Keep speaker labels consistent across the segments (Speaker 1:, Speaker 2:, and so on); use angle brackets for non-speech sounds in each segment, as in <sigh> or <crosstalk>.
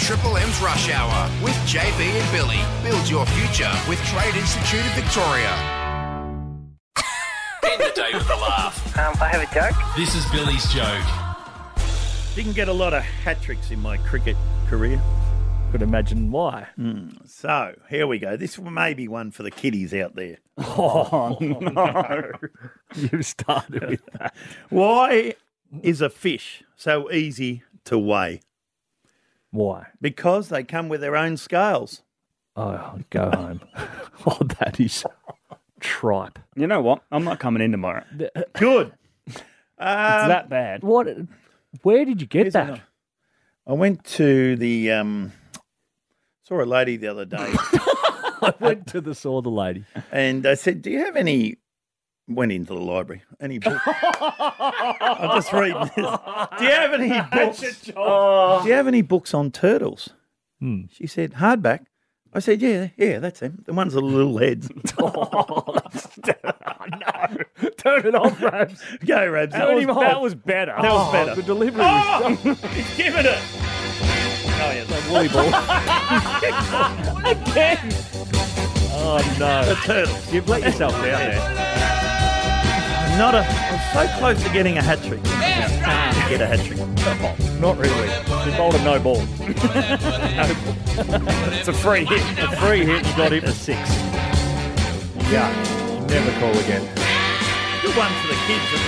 Speaker 1: Triple M's Rush Hour with JB and Billy. Build your future with Trade Institute of Victoria.
Speaker 2: <laughs> End the day with a laugh.
Speaker 3: Um, I have a joke.
Speaker 2: This is Billy's joke.
Speaker 4: Didn't get a lot of hat tricks in my cricket career. Could imagine why. Hmm. So here we go. This may be one for the kiddies out <laughs> there.
Speaker 5: Oh,
Speaker 4: <laughs>
Speaker 5: no. you started with that.
Speaker 4: Why is a fish so easy to weigh?
Speaker 5: Why?
Speaker 4: Because they come with their own scales.
Speaker 5: Oh, go home. <laughs> oh, that is tripe.
Speaker 6: You know what? I'm not coming in tomorrow. It's
Speaker 4: Good.
Speaker 6: that bad.
Speaker 5: What? Where did you get that?
Speaker 4: I went to the um, saw a lady the other day,
Speaker 5: I went to the saw the lady.
Speaker 4: and I said, "Do you have any?" Went into the library. Any book? I'm just reading this. Do you have any books? "Oh, Do you have any books on turtles? She said, "Hardback." I said, "Yeah, yeah, that's them. The ones with the little heads." <laughs>
Speaker 5: Turn it off, Rabs.
Speaker 4: Go, Rabs.
Speaker 5: Turn him off.
Speaker 6: better.
Speaker 4: That was better.
Speaker 5: Oh, The delivery was
Speaker 4: He's giving it. Oh yeah, the
Speaker 5: woolly ball. <laughs>
Speaker 6: Oh, no.
Speaker 4: turtles.
Speaker 5: You've let yourself down there.
Speaker 4: Not a. I'm so close to getting a hat trick. Get a hat trick.
Speaker 5: Not really. You bowled a no ball. <laughs>
Speaker 6: It's a free hit.
Speaker 5: A free hit, you got it for six. Yeah. Never call again.
Speaker 4: Good one for the kids at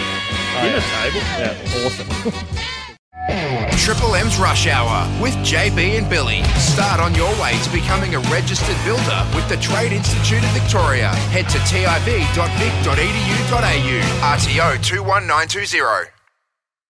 Speaker 4: the dinner table.
Speaker 5: Awesome.
Speaker 1: Triple M's Rush Hour with JB and Billy. Start on your way to becoming a registered builder with the Trade Institute of E Victoria. Head to tiv.vic.edu.au. RTO 21920.